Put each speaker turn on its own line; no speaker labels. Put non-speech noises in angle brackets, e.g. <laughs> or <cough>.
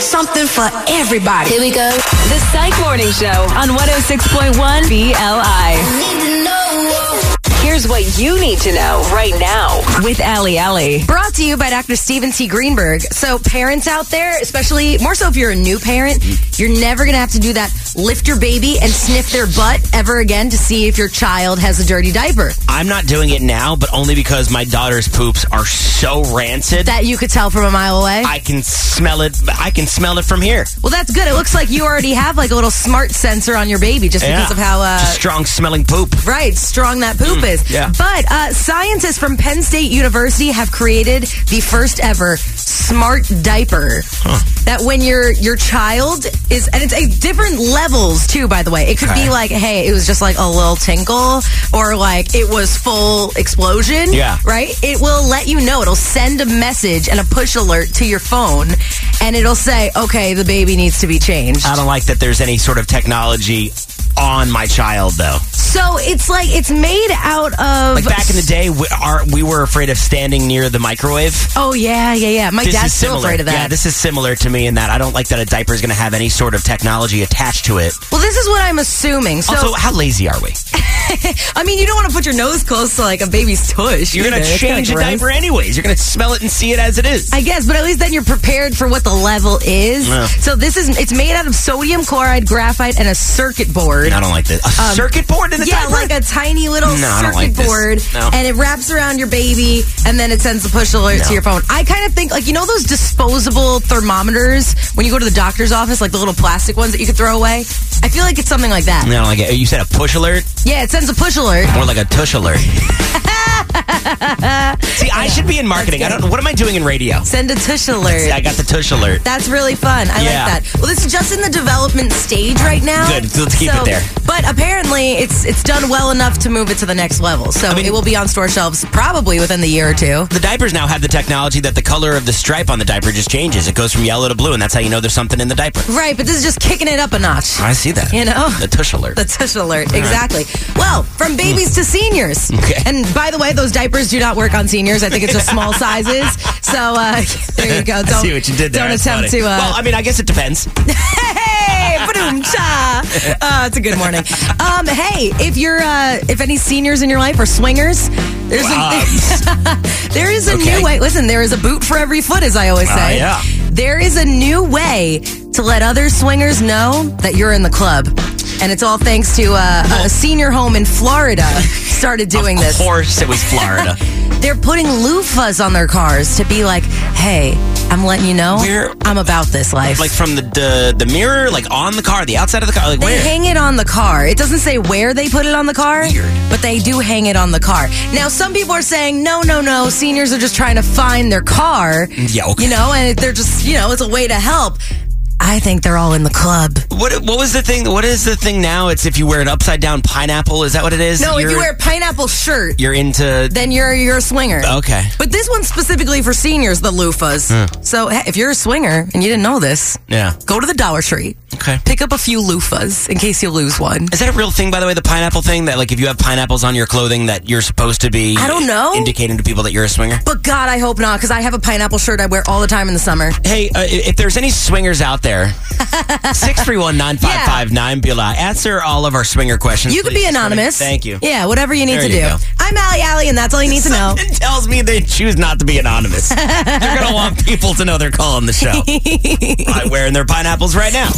Something for everybody.
Here we go.
The Psych Morning Show on 106.1 BLI. Here's what you need to know right now with Ali Ali.
Brought to you by Dr. Steven T. Greenberg. So, parents out there, especially more so if you're a new parent, you're never going to have to do that lift your baby and sniff their butt ever again to see if your child has a dirty diaper.
I'm not doing it now, but only because my daughter's poops are so rancid.
That you could tell from a mile away.
I can smell it. I can smell it from here.
well, that's good. It looks like you already have like a little smart sensor on your baby just because of how uh,
Just strong smelling poop.
Right, strong that poop is.
Mm, yeah.
But uh, scientists from Penn State University have created the first ever smart diaper. That when your your child is, and it's a different levels too. By the way, it could
Okay.
be like, hey, it was just like a little tinkle, or like it was full explosion.
Yeah.
Right. It will let you know. It'll send a message and a push alert to your phone, and it'll say, okay, the baby needs to be changed.
I don't like that there's any sort of technology on my child though.
so it's like it's made out of
Like back in the day, we, our, we were afraid of standing near the microwave.
Oh yeah, yeah, yeah. My
This
dad's
is
still
similar.
afraid of that.
Yeah, this is similar to me in that I don't like that a diaper is going to have any sort of technology attached to it.
well, this is what I'm assuming. So,
also, how lazy are we?
I mean, you don't want to put your nose close to like a baby's tush.
You're going
either.
to
That's kinda
change a
gross.
diaper anyways. You're going to smell it and see it as it is.
I guess, but at least then you're prepared for what the level is.
Yeah.
So this is it's made out of sodium chloride, graphite, and a circuit board.
I don't like this. A circuit board in the
Yeah,
diaper?
like a tiny little
No, I don't
circuit
like this.
board,
No.
and it wraps around your baby, and then it sends the push alert
No.
to your phone. I kind of think, like, you know, those disposable thermometers when you go to the doctor's office, like the little plastic ones that you could throw away. I feel like it's something like that.
I don't like it. You said a push alert?
Yeah, it sends a push alert.
More like a
<laughs>
tush alert. See, I should be in marketing. I
That's good.
don't. What am I doing in radio?
Send a tush alert.
I got the tush alert.
That's really fun. I
Yeah.
like that. Well, this is just in the development stage right now.
Good. Let's keep it there.
But apparently, it's it's done well enough to move it to the next level. So
mean-
it will be on store shelves probably within the year or two.
The diapers now have the technology that the color of the stripe on the diaper just changes. It goes from yellow to blue, and that's how you know there's something in the diaper.
Right, but this is just kicking it up a notch.
I see that.
You know? <laughs>
the tush alert.
The tush alert, exactly. Well, from babies to seniors.
Okay.
And by the way, those diapers do not work on seniors. I think it's just small <laughs> sizes. So uh, <laughs> there you go. Don't,
<laughs> I see what you did there.
Don't
That's
attempt
funny.
to. Uh,
well, I mean, I guess it depends.
hey,
<laughs>
boom, cha. Uh, it's a good morning. Um, hey, if you're uh, if any seniors in your life are swingers, there's a <laughs> there is a
Okay.
new way. Listen, there is a boot for every foot, as I always
Ah,
say.
yeah.
There is a new way to let other swingers know that you're in the club. And it's all thanks to uh, a senior home in
<laughs>
Florida started doing
of
this.
course, it was
<laughs>
Florida.
They're putting loofahs on their cars to be like, "Hey, I'm letting you know
Where-
I'm about this life."
like from the, the the mirror, like on the car, the outside of the car. Like
They
where?
hang it on the car. It doesn't say where they put it on the car,
Weird.
but they do hang it on the car. Now, some people are saying, no, no, no, seniors are just trying to find their car.
Yeah, okay.
You know, and they're just, you know, it's a way to help. I think they're all in the club.
what what was the thing? What is the thing now? It's if you wear an upside down pineapple. Is that what it is?
No, if you
You're-
wear a pineapple shirt, Oh.
you're into
then you're you're a swinger.
okay.
But this one's specifically for seniors, the loofahs. So hey, if you're a swinger and you didn't know this,
Yeah.
go to the Dollar Tree.
Okay.
Pick up a few loofahs in case you lose one.
Is that a real thing, by the way, the pineapple thing? That, like, if you have pineapples on your clothing, that you're supposed to be.
I don't know.
Indicating to people that you're a swinger?
But God, I hope not, because I have a pineapple shirt I wear all the time in the summer.
Hey, uh, i- if there's any swingers out
<laughs>
there, 631 9559 Bula, answer all of our swinger questions.
You could
please.
be anonymous.
Thank you.
Yeah, whatever you need
There
to
you
do.
go.
I'm Allie Alley, and that's all you need to know.
It tells me they choose not to
<laughs>
be anonymous. They're going to want people to know they're calling the show. I'm wearing their pineapples right now.